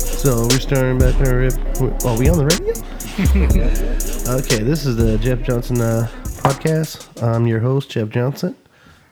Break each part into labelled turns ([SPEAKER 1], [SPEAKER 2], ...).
[SPEAKER 1] So we're starting back our rip. Are we on the radio? okay, this is the Jeff Johnson uh, podcast. I'm your host, Jeff Johnson.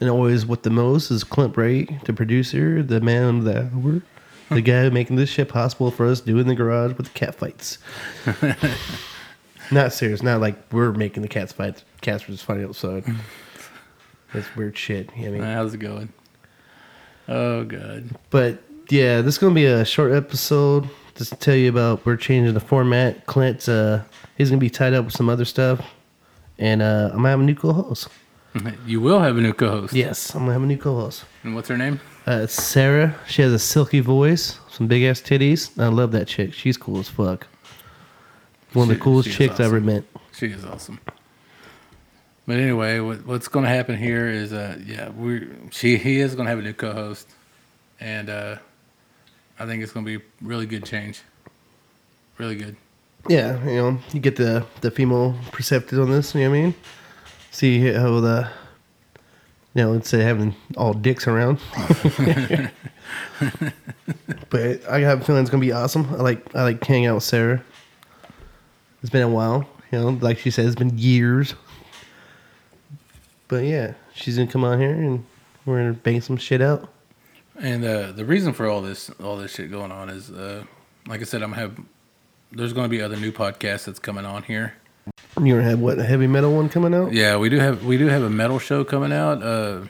[SPEAKER 1] And always with the most is Clint Bray, the producer, the man of the hour, the guy making this shit possible for us doing the garage with the cat fights. not serious, not like we're making the cats fight. Cats were just funny outside. That's weird shit. you know what I mean,
[SPEAKER 2] How's it going? Oh, good.
[SPEAKER 1] But yeah, this is gonna be a short episode. Just to tell you about we're changing the format. Clint's uh he's gonna be tied up with some other stuff. And uh I'm gonna have a new co-host.
[SPEAKER 2] You will have a new co-host.
[SPEAKER 1] Yes, I'm gonna have a new co-host.
[SPEAKER 2] And what's her name?
[SPEAKER 1] Uh Sarah, she has a silky voice, some big ass titties. I love that chick. She's cool as fuck. One of
[SPEAKER 2] She-
[SPEAKER 1] the coolest
[SPEAKER 2] she is
[SPEAKER 1] chicks I ever
[SPEAKER 2] awesome.
[SPEAKER 1] met.
[SPEAKER 2] She is awesome. But anyway, what, what's going to happen here is, uh, yeah, we she he is going to have a new co-host, and uh, I think it's going to be really good change. Really good.
[SPEAKER 1] Yeah, you know, you get the the female perspective on this. You know what I mean? See how the you know instead of having all dicks around. but I have a feeling it's gonna be awesome. I like I like hanging out with Sarah. It's been a while, you know. Like she said, it's been years. But yeah, she's gonna come on here and we're gonna bang some shit out.
[SPEAKER 2] And uh, the reason for all this, all this shit going on is, uh, like I said, I'm gonna have. There's going to be other new podcasts that's coming on here.
[SPEAKER 1] You gonna have what a heavy metal one coming out?
[SPEAKER 2] Yeah, we do have we do have a metal show coming out. Uh,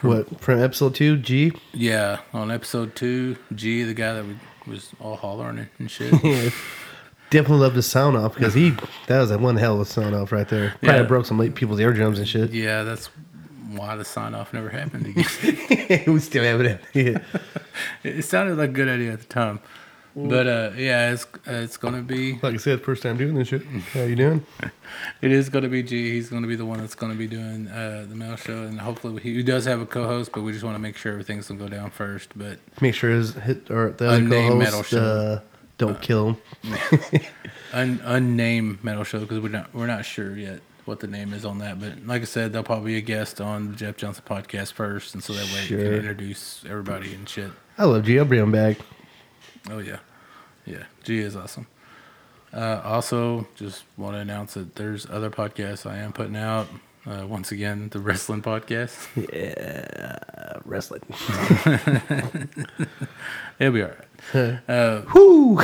[SPEAKER 1] What from episode two? G.
[SPEAKER 2] Yeah, on episode two, G, the guy that we, was all hollering and- and shit.
[SPEAKER 1] Yeah. Definitely love the sound off because he that was that one hell of a sound off right there. Probably
[SPEAKER 2] Yeah.
[SPEAKER 1] broke some late people's eardrums and shit.
[SPEAKER 2] yeah, that's why the sign off never happened again.
[SPEAKER 1] we still have it. Yeah.
[SPEAKER 2] it sounded like a good idea at the time, but uh, yeah, it's uh, it's gonna be
[SPEAKER 1] Like I said, first time doing this shit. How you doing?
[SPEAKER 2] it is gonna be G. He's gonna be the one that's gonna be doing uh, the mail show, and hopefully he, he does have a co-host, but we just want to make sure everything's gonna go down first. But
[SPEAKER 1] Make sure his hit or the other
[SPEAKER 2] Unnamed metal
[SPEAKER 1] co-host
[SPEAKER 2] show.
[SPEAKER 1] uh, don't kill him.
[SPEAKER 2] un, unnamed metal show because we're not we're not sure yet what the name is on that. But like I said, they'll probably be a guest on the Jeff Johnson podcast first, and so that way you
[SPEAKER 1] Sure.
[SPEAKER 2] can introduce everybody and shit.
[SPEAKER 1] I love G. I'll bring him back.
[SPEAKER 2] Oh yeah, yeah. G is awesome. Uh, also, just want to announce that there's other podcasts I am putting out. Uh, once again, the wrestling podcast.
[SPEAKER 1] Uh, wrestling.
[SPEAKER 2] It'll be all right.
[SPEAKER 1] Whoo!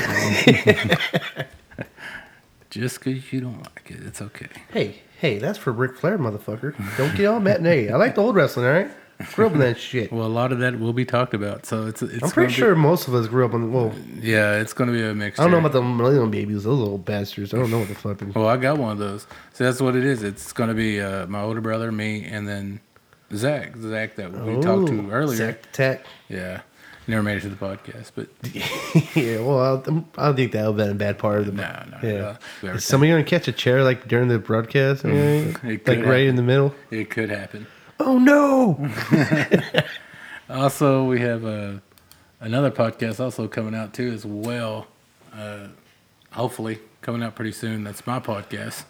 [SPEAKER 2] Just because you don't like it, it's okay.
[SPEAKER 1] hey, hey, that's for Ric Flair, motherfucker. Don't get all matinee. I like the old wrestling. All right, grew up in that shit.
[SPEAKER 2] Well, a lot of that will be talked about, so it's it's.
[SPEAKER 1] I'm pretty
[SPEAKER 2] gonna
[SPEAKER 1] sure most of us grew up on. Well,
[SPEAKER 2] be- yeah, it's going to be a mixture.
[SPEAKER 1] I don't know about the millennium babies. Those little bastards. I don't know what the fuck. they're-
[SPEAKER 2] Oh, I got one of those. So that's what it is. It's going to be uh, my older brother, me, and then Zach. Zach that we talked to
[SPEAKER 1] Ooh,
[SPEAKER 2] earlier.
[SPEAKER 1] Zach the Tech.
[SPEAKER 2] Yeah. Never made it to the podcast, but
[SPEAKER 1] yeah, well, I, I'm- I think that would have been a bad part of the.
[SPEAKER 2] no, no.
[SPEAKER 1] yeah.
[SPEAKER 2] no.
[SPEAKER 1] Is somebody going to catch a chair like during the broadcast? or anything?
[SPEAKER 2] Mm, It
[SPEAKER 1] like
[SPEAKER 2] could
[SPEAKER 1] right in the middle?
[SPEAKER 2] It could happen.
[SPEAKER 1] Oh, no.
[SPEAKER 2] Also, we have uh, another podcast also coming out too as well. Uh, hopefully, coming out pretty soon. That's my podcast.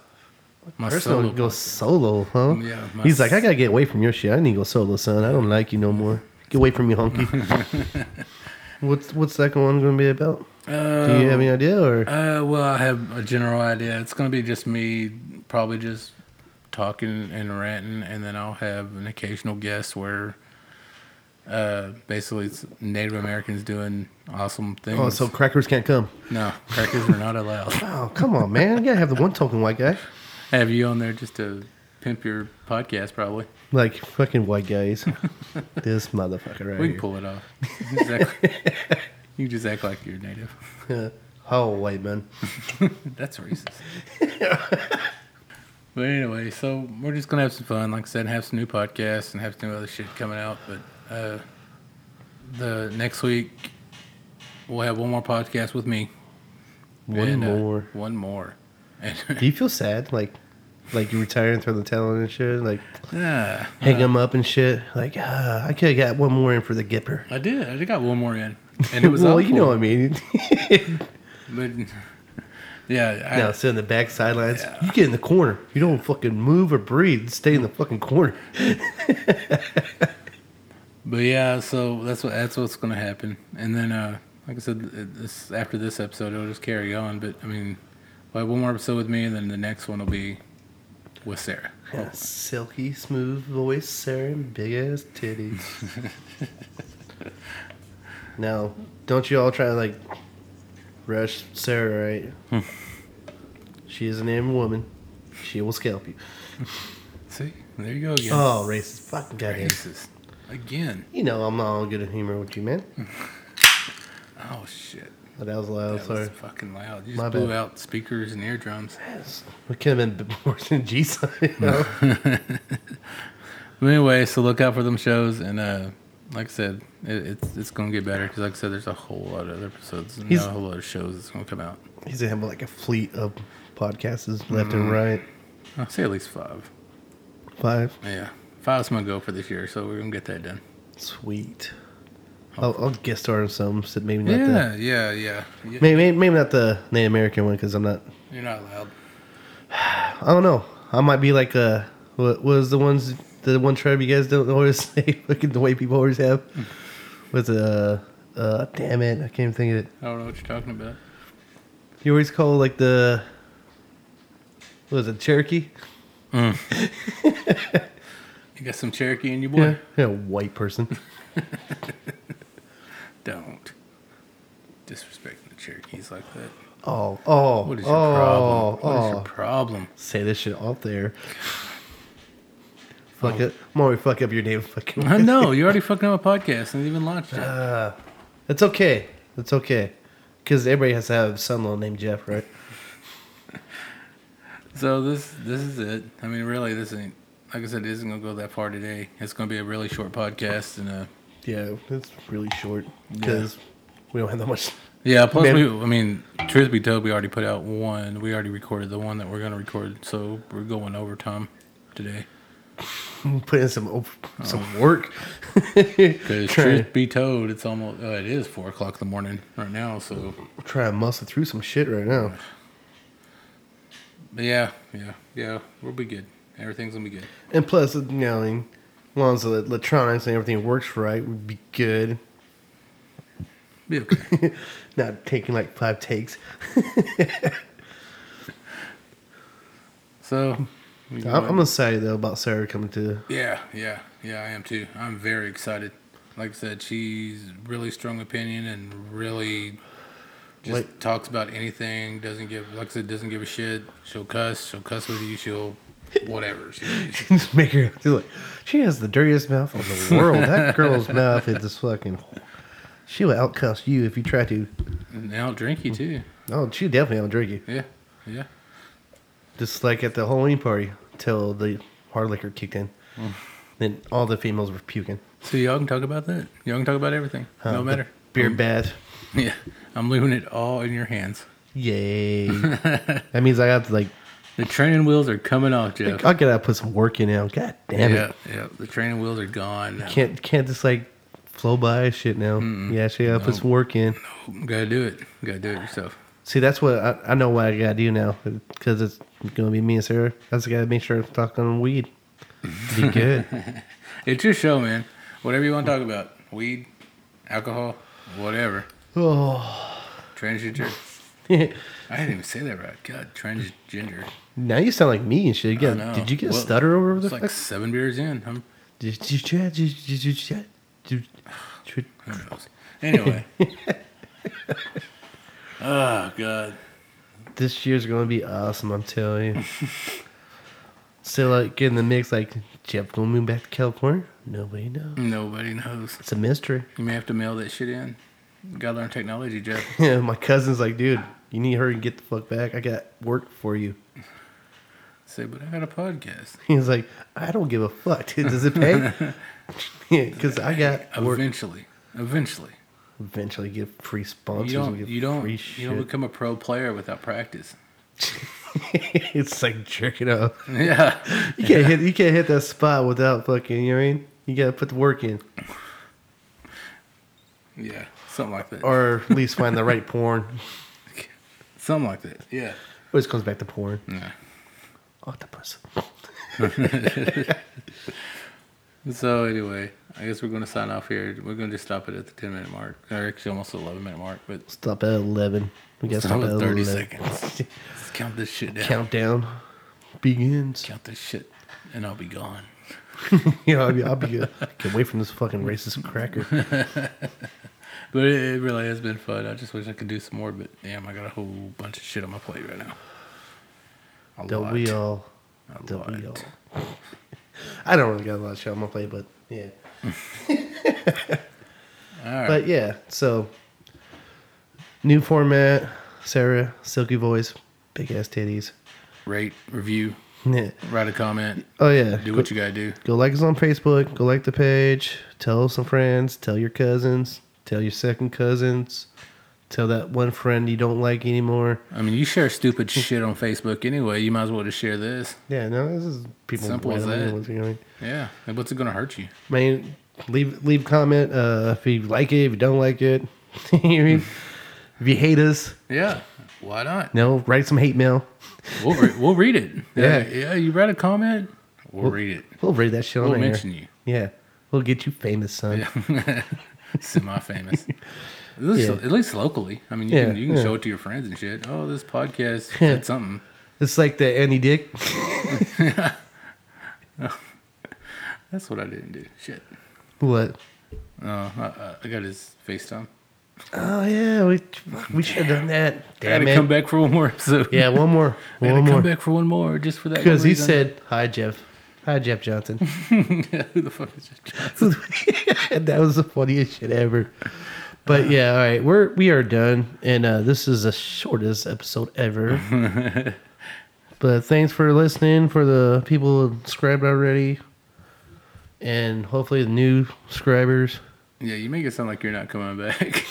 [SPEAKER 2] My
[SPEAKER 1] Personal
[SPEAKER 2] solo.
[SPEAKER 1] go solo, huh?
[SPEAKER 2] Yeah, my
[SPEAKER 1] He's like,
[SPEAKER 2] s-
[SPEAKER 1] I got to get away from your shit. I need to go solo, son. I don't like you no more. Get away from me, honky. what's what's that one going to be about?
[SPEAKER 2] Uh,
[SPEAKER 1] Do you have any idea? Or
[SPEAKER 2] uh, well, I have a general idea. It's going to be just me, probably just talking and ranting, and then I'll have an occasional guest where. Uh, basically, it's Native Americans doing awesome things.
[SPEAKER 1] Oh, so crackers can't come.
[SPEAKER 2] no, crackers are not allowed.
[SPEAKER 1] Oh, come on, man. You got to have the one token white guy.
[SPEAKER 2] have you on there just to pimp your podcast, probably.
[SPEAKER 1] Like fucking white guys. this motherfucker right
[SPEAKER 2] We
[SPEAKER 1] here.
[SPEAKER 2] can pull it off. You just act, you just act like you're native.
[SPEAKER 1] oh, white man.
[SPEAKER 2] That's racist. but anyway, so we're just gonna have some fun. Like I said, have some new podcasts and have some new other shit coming out. But uh, the next week we'll have one more podcast with me.
[SPEAKER 1] One
[SPEAKER 2] And, uh,
[SPEAKER 1] more.
[SPEAKER 2] one more. And
[SPEAKER 1] Do you feel sad? Like, like you retire and throw the towel in and shit? Like,
[SPEAKER 2] ah,
[SPEAKER 1] hang them up and shit? Like, ah, I could have got one more in for the Gipper.
[SPEAKER 2] I did. I did got one more in, and it was
[SPEAKER 1] well,
[SPEAKER 2] awful.
[SPEAKER 1] you know what I mean.
[SPEAKER 2] But yeah, I,
[SPEAKER 1] now, sit in the back sidelines. You get in the corner. You don't fucking move or breathe. Stay in the fucking corner.
[SPEAKER 2] But yeah, so that's what that's what's gonna happen, and then uh, like I said, it- this after this episode, it'll just carry on. But I mean, we'll have one more episode with me, and then the next one will be with Sarah.
[SPEAKER 1] Yeah, silky smooth voice, Sarah, and big ass titties. now, don't you all try to like rush Sarah, right?
[SPEAKER 2] Hmm.
[SPEAKER 1] she is an animal woman. She will scalp you.
[SPEAKER 2] See, there you go again.
[SPEAKER 1] Oh, racist. Fucking goddamn.
[SPEAKER 2] racist again.
[SPEAKER 1] You know I'm not all good at humor with you, man.
[SPEAKER 2] Oh shit.
[SPEAKER 1] Oh, that was loud,
[SPEAKER 2] That
[SPEAKER 1] sorry.
[SPEAKER 2] was fucking loud. You just
[SPEAKER 1] My
[SPEAKER 2] blew
[SPEAKER 1] bad.
[SPEAKER 2] out speakers and eardrums.
[SPEAKER 1] We could have been worse than Jesus. You know?
[SPEAKER 2] But anyway, so look out for them shows, and uh, like I said, it, it's it's gonna get better because, like I said, there's a whole lot of other episodes, and
[SPEAKER 1] He's-
[SPEAKER 2] a whole lot of shows that's gonna come out.
[SPEAKER 1] He's gonna have like a fleet of podcasts left
[SPEAKER 2] Mm-hmm.
[SPEAKER 1] and right.
[SPEAKER 2] I'll say at least five.
[SPEAKER 1] Five.
[SPEAKER 2] Yeah, five's my goal for this year, so we're gonna get that done.
[SPEAKER 1] Sweet. I'll, I'll guest star in some. so Maybe not the
[SPEAKER 2] yeah, yeah, yeah, yeah.
[SPEAKER 1] Maybe, maybe, maybe not the Native American one because I'm not.
[SPEAKER 2] You're not allowed.
[SPEAKER 1] I don't know. I might be like uh, what was the ones the one tribe you guys don't always say looking the way people always have with uh, uh damn it I can't even think of it.
[SPEAKER 2] I don't know what you're talking about.
[SPEAKER 1] You always call like the what was it Cherokee?
[SPEAKER 2] You got some Cherokee in you, boy?
[SPEAKER 1] Yeah, yeah, white person.
[SPEAKER 2] Don't disrespect the Cherokees like that.
[SPEAKER 1] Oh, oh,
[SPEAKER 2] What is your
[SPEAKER 1] oh,
[SPEAKER 2] problem? What is
[SPEAKER 1] oh.
[SPEAKER 2] your problem?
[SPEAKER 1] Say this shit off there. Fuck it. I'm already fuck up your name. Fucking.
[SPEAKER 2] Oh.
[SPEAKER 1] Uh,
[SPEAKER 2] I know you already fucking up a podcast and even launched it.
[SPEAKER 1] It's okay. It's okay. Because everybody has to have some little name Jeff, right?
[SPEAKER 2] So this this is it. I mean, really, this ain't like I said. It isn't gonna go that far today. It's gonna be a really short podcast, and uh,
[SPEAKER 1] Yeah, it's really short. Because we don't have that much.
[SPEAKER 2] yeah. Plus,
[SPEAKER 1] Man.
[SPEAKER 2] we, I mean, truth be told, we already put out one. We already recorded the one that we're gonna record, so we're going overtime today.
[SPEAKER 1] Put in some op-
[SPEAKER 2] Oh.
[SPEAKER 1] some work.
[SPEAKER 2] Because
[SPEAKER 1] try,
[SPEAKER 2] truth be told, it's almost uh, it is four o'clock in the morning right now. So
[SPEAKER 1] try to muscle through some shit right now.
[SPEAKER 2] but yeah, yeah, yeah. We'll be good. Everything's gonna be good.
[SPEAKER 1] And plus, you know, I mean, as long as the electronics and everything works right, would be good.
[SPEAKER 2] Be okay.
[SPEAKER 1] Not taking like five takes.
[SPEAKER 2] so we can go
[SPEAKER 1] I'm,
[SPEAKER 2] ahead
[SPEAKER 1] I'm excited though about Sarah coming to.
[SPEAKER 2] Yeah, yeah, yeah, I am too. I'm very excited. Like I said, she's really strong opinion and really just
[SPEAKER 1] Like-
[SPEAKER 2] talks about anything. Doesn't give, like I said, doesn't give a shit. She'll cuss. She'll cuss with you. She'll whatever. She, she-
[SPEAKER 1] Just make her. she's like, she has the dirtiest mouth in the world. that girl's mouth is just fucking. She will outcuss you if you try to.
[SPEAKER 2] and they'll drink you too.
[SPEAKER 1] Oh, she definitely will drink you.
[SPEAKER 2] Yeah, yeah.
[SPEAKER 1] Just like at the Halloween party, till the hard liquor kicked in.
[SPEAKER 2] Mm.
[SPEAKER 1] Then all the females were puking.
[SPEAKER 2] So y'all can talk about that. Y'all can talk about everything.
[SPEAKER 1] Uh,
[SPEAKER 2] no
[SPEAKER 1] the
[SPEAKER 2] matter.
[SPEAKER 1] Beer
[SPEAKER 2] Um,
[SPEAKER 1] bath.
[SPEAKER 2] Yeah, I'm leaving it all in your hands.
[SPEAKER 1] Yay. that means I got to like,
[SPEAKER 2] The training wheels are coming off,
[SPEAKER 1] I
[SPEAKER 2] Jeff.
[SPEAKER 1] gotta put some work in now. God damn it.
[SPEAKER 2] yeah, yeah. The training wheels are gone. now.
[SPEAKER 1] Can't can't just like flow by shit now. Yeah, she gotta put some work in.
[SPEAKER 2] Gotta do it. Gotta do it yourself.
[SPEAKER 1] See, that's what I, I know what I gotta do now because it's gonna be me and Sarah. I just gotta make sure I'm talking weed. Be good.
[SPEAKER 2] It's your show, man. Whatever you want to talk about. Weed, alcohol, whatever.
[SPEAKER 1] oh,
[SPEAKER 2] Transgender. I didn't even say that right. God, transgender.
[SPEAKER 1] now you sound like me and shit. You
[SPEAKER 2] I
[SPEAKER 1] got,
[SPEAKER 2] know.
[SPEAKER 1] did you get
[SPEAKER 2] Well,
[SPEAKER 1] a stutter over the
[SPEAKER 2] It's like seven beers in. I'm,
[SPEAKER 1] Did you try? Did you- did you try? Did you-
[SPEAKER 2] who knows? Anyway. oh, God.
[SPEAKER 1] This year's gonna be awesome, I'm telling you. Still like getting the mix, like Jeff gonna move back to California? Nobody knows.
[SPEAKER 2] Nobody knows.
[SPEAKER 1] It's a mystery.
[SPEAKER 2] You may have to mail that shit in. Gotta learn technology, Jeff.
[SPEAKER 1] Yeah, my cousin's like, dude, you need to hurry and get the fuck back. I got work for you.
[SPEAKER 2] Say, but I got a podcast.
[SPEAKER 1] He's like, I don't give a fuck. dude. Does it pay? Because I got work.
[SPEAKER 2] Eventually. Eventually.
[SPEAKER 1] Eventually, get free
[SPEAKER 2] You
[SPEAKER 1] sponsors. we
[SPEAKER 2] don't,
[SPEAKER 1] get
[SPEAKER 2] you don't,
[SPEAKER 1] free
[SPEAKER 2] you don't
[SPEAKER 1] shit.
[SPEAKER 2] become a pro player without practice.
[SPEAKER 1] it's like jerking off.
[SPEAKER 2] Yeah.
[SPEAKER 1] You can't hit. You can't hit that spot without fucking. You know what I mean? You gotta put the work in,
[SPEAKER 2] Yeah. Something like that.
[SPEAKER 1] or at least find the right porn.
[SPEAKER 2] Something like that. Yeah.
[SPEAKER 1] Always comes back to Oh, porn.
[SPEAKER 2] Yeah.
[SPEAKER 1] Octopus.
[SPEAKER 2] So anyway, I guess we're going to sign off here. We're going to just stop it at the ten minute mark, or actually almost the eleven minute mark. But
[SPEAKER 1] Stop at 11. We got to
[SPEAKER 2] stop
[SPEAKER 1] stop at
[SPEAKER 2] at
[SPEAKER 1] 11.
[SPEAKER 2] thirty seconds. Let's count this shit down. Count.
[SPEAKER 1] Countdown begins.
[SPEAKER 2] this shit, and I'll be gone.
[SPEAKER 1] you know, I'll be, I'll be good. Get away from this fucking racist cracker.
[SPEAKER 2] But it, it really has been fun. I just wish I could do some more. But damn, I got a whole bunch of shit on my plate right now. A
[SPEAKER 1] Don't
[SPEAKER 2] lot.
[SPEAKER 1] we all?
[SPEAKER 2] A
[SPEAKER 1] Don't we all?
[SPEAKER 2] lot.
[SPEAKER 1] I don't really got a lot of shit on my plate, but yeah.
[SPEAKER 2] All right.
[SPEAKER 1] But yeah, so new format. Sarah, silky voice, big ass titties.
[SPEAKER 2] Rate, review,
[SPEAKER 1] Yeah.
[SPEAKER 2] write a comment.
[SPEAKER 1] Oh yeah.
[SPEAKER 2] Do what you gotta do.
[SPEAKER 1] Go like us on Facebook. Go like the page. Tell some friends. Tell your cousins. Tell your second cousins. Tell that one friend you don't like anymore.
[SPEAKER 2] I mean, you share stupid shit on Facebook anyway. You might as well just share this.
[SPEAKER 1] Yeah, no, this is people.
[SPEAKER 2] Simple
[SPEAKER 1] I
[SPEAKER 2] as
[SPEAKER 1] don't know
[SPEAKER 2] that.
[SPEAKER 1] what's going on.
[SPEAKER 2] Yeah. And What's it gonna hurt you?
[SPEAKER 1] I mean, leave leave comment uh, if you like it, if you don't like it. You know what I mean? if you hate us,
[SPEAKER 2] Yeah. Why not?
[SPEAKER 1] no, write some hate mail.
[SPEAKER 2] We'll re- we'll read it.
[SPEAKER 1] Yeah.
[SPEAKER 2] yeah. Yeah. You write a comment. We'll, read it.
[SPEAKER 1] We'll read that shit on
[SPEAKER 2] We'll
[SPEAKER 1] there.
[SPEAKER 2] mention you.
[SPEAKER 1] Yeah, we'll get you famous, son.
[SPEAKER 2] Yeah. Semi-famous. At least,
[SPEAKER 1] Yeah.
[SPEAKER 2] at least locally. I mean, you
[SPEAKER 1] Yeah,
[SPEAKER 2] can, you can
[SPEAKER 1] yeah.
[SPEAKER 2] show it to your friends and shit. Oh, this podcast
[SPEAKER 1] Yeah.
[SPEAKER 2] said something.
[SPEAKER 1] It's like the Annie Dick.
[SPEAKER 2] That's what I didn't do. Shit.
[SPEAKER 1] what?
[SPEAKER 2] Oh, I, I got his FaceTime.
[SPEAKER 1] Oh yeah, we we should have done that.
[SPEAKER 2] I had
[SPEAKER 1] Damn
[SPEAKER 2] to
[SPEAKER 1] it.
[SPEAKER 2] come back for one more episode.
[SPEAKER 1] Yeah, one more,
[SPEAKER 2] I had
[SPEAKER 1] one
[SPEAKER 2] to come
[SPEAKER 1] more.
[SPEAKER 2] back for one more just for that.
[SPEAKER 1] Because
[SPEAKER 2] one
[SPEAKER 1] he
[SPEAKER 2] reason.
[SPEAKER 1] said, "Hi, Jeff. Hi, Jeff Johnson."
[SPEAKER 2] "Who the fuck is this?"
[SPEAKER 1] And that was the funniest shit ever. But yeah, all right, we're we are done, and uh, this is the shortest episode ever. but thanks for listening. For the people who subscribed already, and hopefully the new subscribers.
[SPEAKER 2] Yeah, you make it sound like you're not coming back.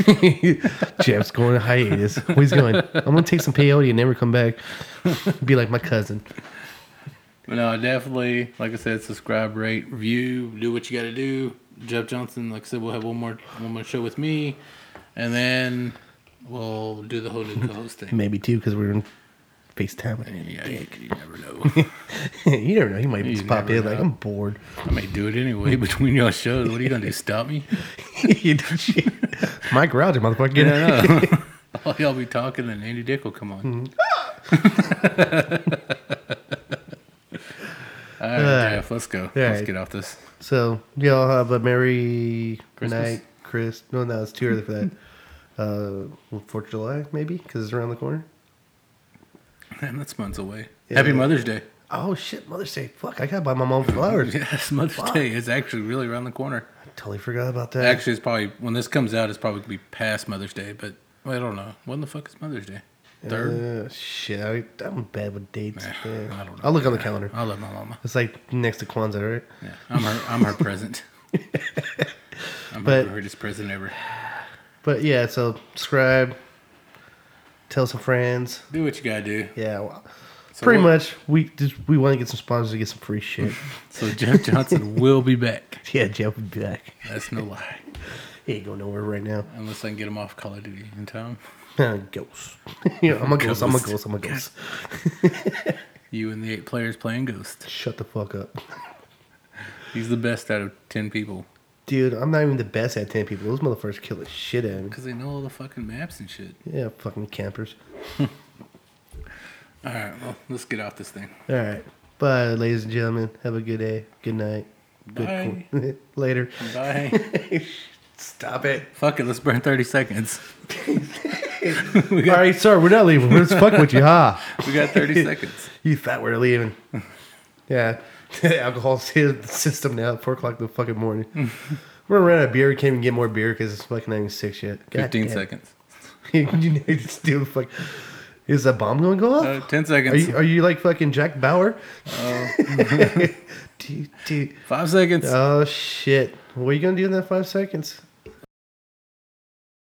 [SPEAKER 1] Jeff's going to hiatus. Where he's going? I'm gonna take some peyote and never come back. Be like my cousin.
[SPEAKER 2] but no, definitely. Like I said, subscribe, rate, review, do what you got to do. Jeff Johnson, like I said, we'll have one more one more show with me, and then we'll do the whole new co-host thing.
[SPEAKER 1] Maybe too, because we're in FaceTime.
[SPEAKER 2] Yeah, you, you never know.
[SPEAKER 1] you never know. He might just pop
[SPEAKER 2] never
[SPEAKER 1] in like
[SPEAKER 2] know.
[SPEAKER 1] I'm bored.
[SPEAKER 2] I may do it anyway between y'all shows. What are you gonna do? Stop me?
[SPEAKER 1] You did shit. my garage, motherfucker. Get out.
[SPEAKER 2] All y'all be talking, and Andy Dick will come on.
[SPEAKER 1] Mm-hmm.
[SPEAKER 2] All right, Jeff, let's go. let's
[SPEAKER 1] right.
[SPEAKER 2] get off this.
[SPEAKER 1] So y'all have a merry
[SPEAKER 2] Christmas?
[SPEAKER 1] night, Chris. No, no, it's too early for that. Uh, Fourth of July, maybe, because it's around the corner.
[SPEAKER 2] Man, that's months away.
[SPEAKER 1] Yeah.
[SPEAKER 2] Happy Mother's Day.
[SPEAKER 1] Oh shit, Mother's Day. Fuck, I gotta buy my mom flowers.
[SPEAKER 2] Yeah, it's Mother's
[SPEAKER 1] Fuck.
[SPEAKER 2] Day. It's actually really around the corner.
[SPEAKER 1] totally forgot about that.
[SPEAKER 2] Actually, it's probably when this comes out, it's probably gonna be past Mother's Day. But well, I don't know. When the fuck is Mother's Day? Third.
[SPEAKER 1] Uh, shit, I, I'm bad with dates.
[SPEAKER 2] Yeah,
[SPEAKER 1] Yeah.
[SPEAKER 2] I don't know.
[SPEAKER 1] I'll look on the calendar.
[SPEAKER 2] I love my mama.
[SPEAKER 1] It's like next to Kwanzaa, right?
[SPEAKER 2] Yeah, I'm her. I'm her present. I'm
[SPEAKER 1] But-
[SPEAKER 2] her greatest present ever.
[SPEAKER 1] But yeah, so subscribe, tell some friends.
[SPEAKER 2] Do what you gotta do.
[SPEAKER 1] Yeah, well,
[SPEAKER 2] So
[SPEAKER 1] pretty
[SPEAKER 2] we'll-
[SPEAKER 1] much. We just we want to get some sponsors to get some free shit.
[SPEAKER 2] So Jeff Johnson will be back.
[SPEAKER 1] yeah, Jeff will be back.
[SPEAKER 2] That's no lie.
[SPEAKER 1] He ain't going nowhere right now.
[SPEAKER 2] Unless I can get him off Call of Duty in time.
[SPEAKER 1] ghost. yeah, I'm a ghost. I'm a
[SPEAKER 2] Ghost.
[SPEAKER 1] ghost. I'm a ghost.
[SPEAKER 2] You and the eight players playing Ghost.
[SPEAKER 1] Shut the fuck up,
[SPEAKER 2] He's the best out of ten people
[SPEAKER 1] dude. I'm not even the best at ten people. Those motherfuckers kill the shit out of me.
[SPEAKER 2] because they know all the fucking maps and shit.
[SPEAKER 1] Yeah, fucking campers.
[SPEAKER 2] All right, well, let's get off this thing.
[SPEAKER 1] All right, bye, ladies and gentlemen. Have a good day. Good night. Good qu- Later.
[SPEAKER 2] Bye.
[SPEAKER 1] Stop it.
[SPEAKER 2] Fuck it, let's burn thirty seconds.
[SPEAKER 1] All right, sir. We're not leaving. We're just fucking with you, ha.
[SPEAKER 2] We got thirty seconds.
[SPEAKER 1] You thought we were leaving. Yeah. Alcohol's in the system now. Four o'clock in the fucking morning. We're gonna run out of beer. We can't even get more beer because it's fucking not even six yet. God
[SPEAKER 2] Fifteen
[SPEAKER 1] damn.
[SPEAKER 2] seconds.
[SPEAKER 1] you need to steal the fuck. Is that bomb gonna go off?
[SPEAKER 2] Uh, Ten
[SPEAKER 1] are
[SPEAKER 2] seconds.
[SPEAKER 1] you are you like fucking Jack Bauer? dude, dude.
[SPEAKER 2] Five seconds.
[SPEAKER 1] Oh shit! What are you gonna do in that five seconds?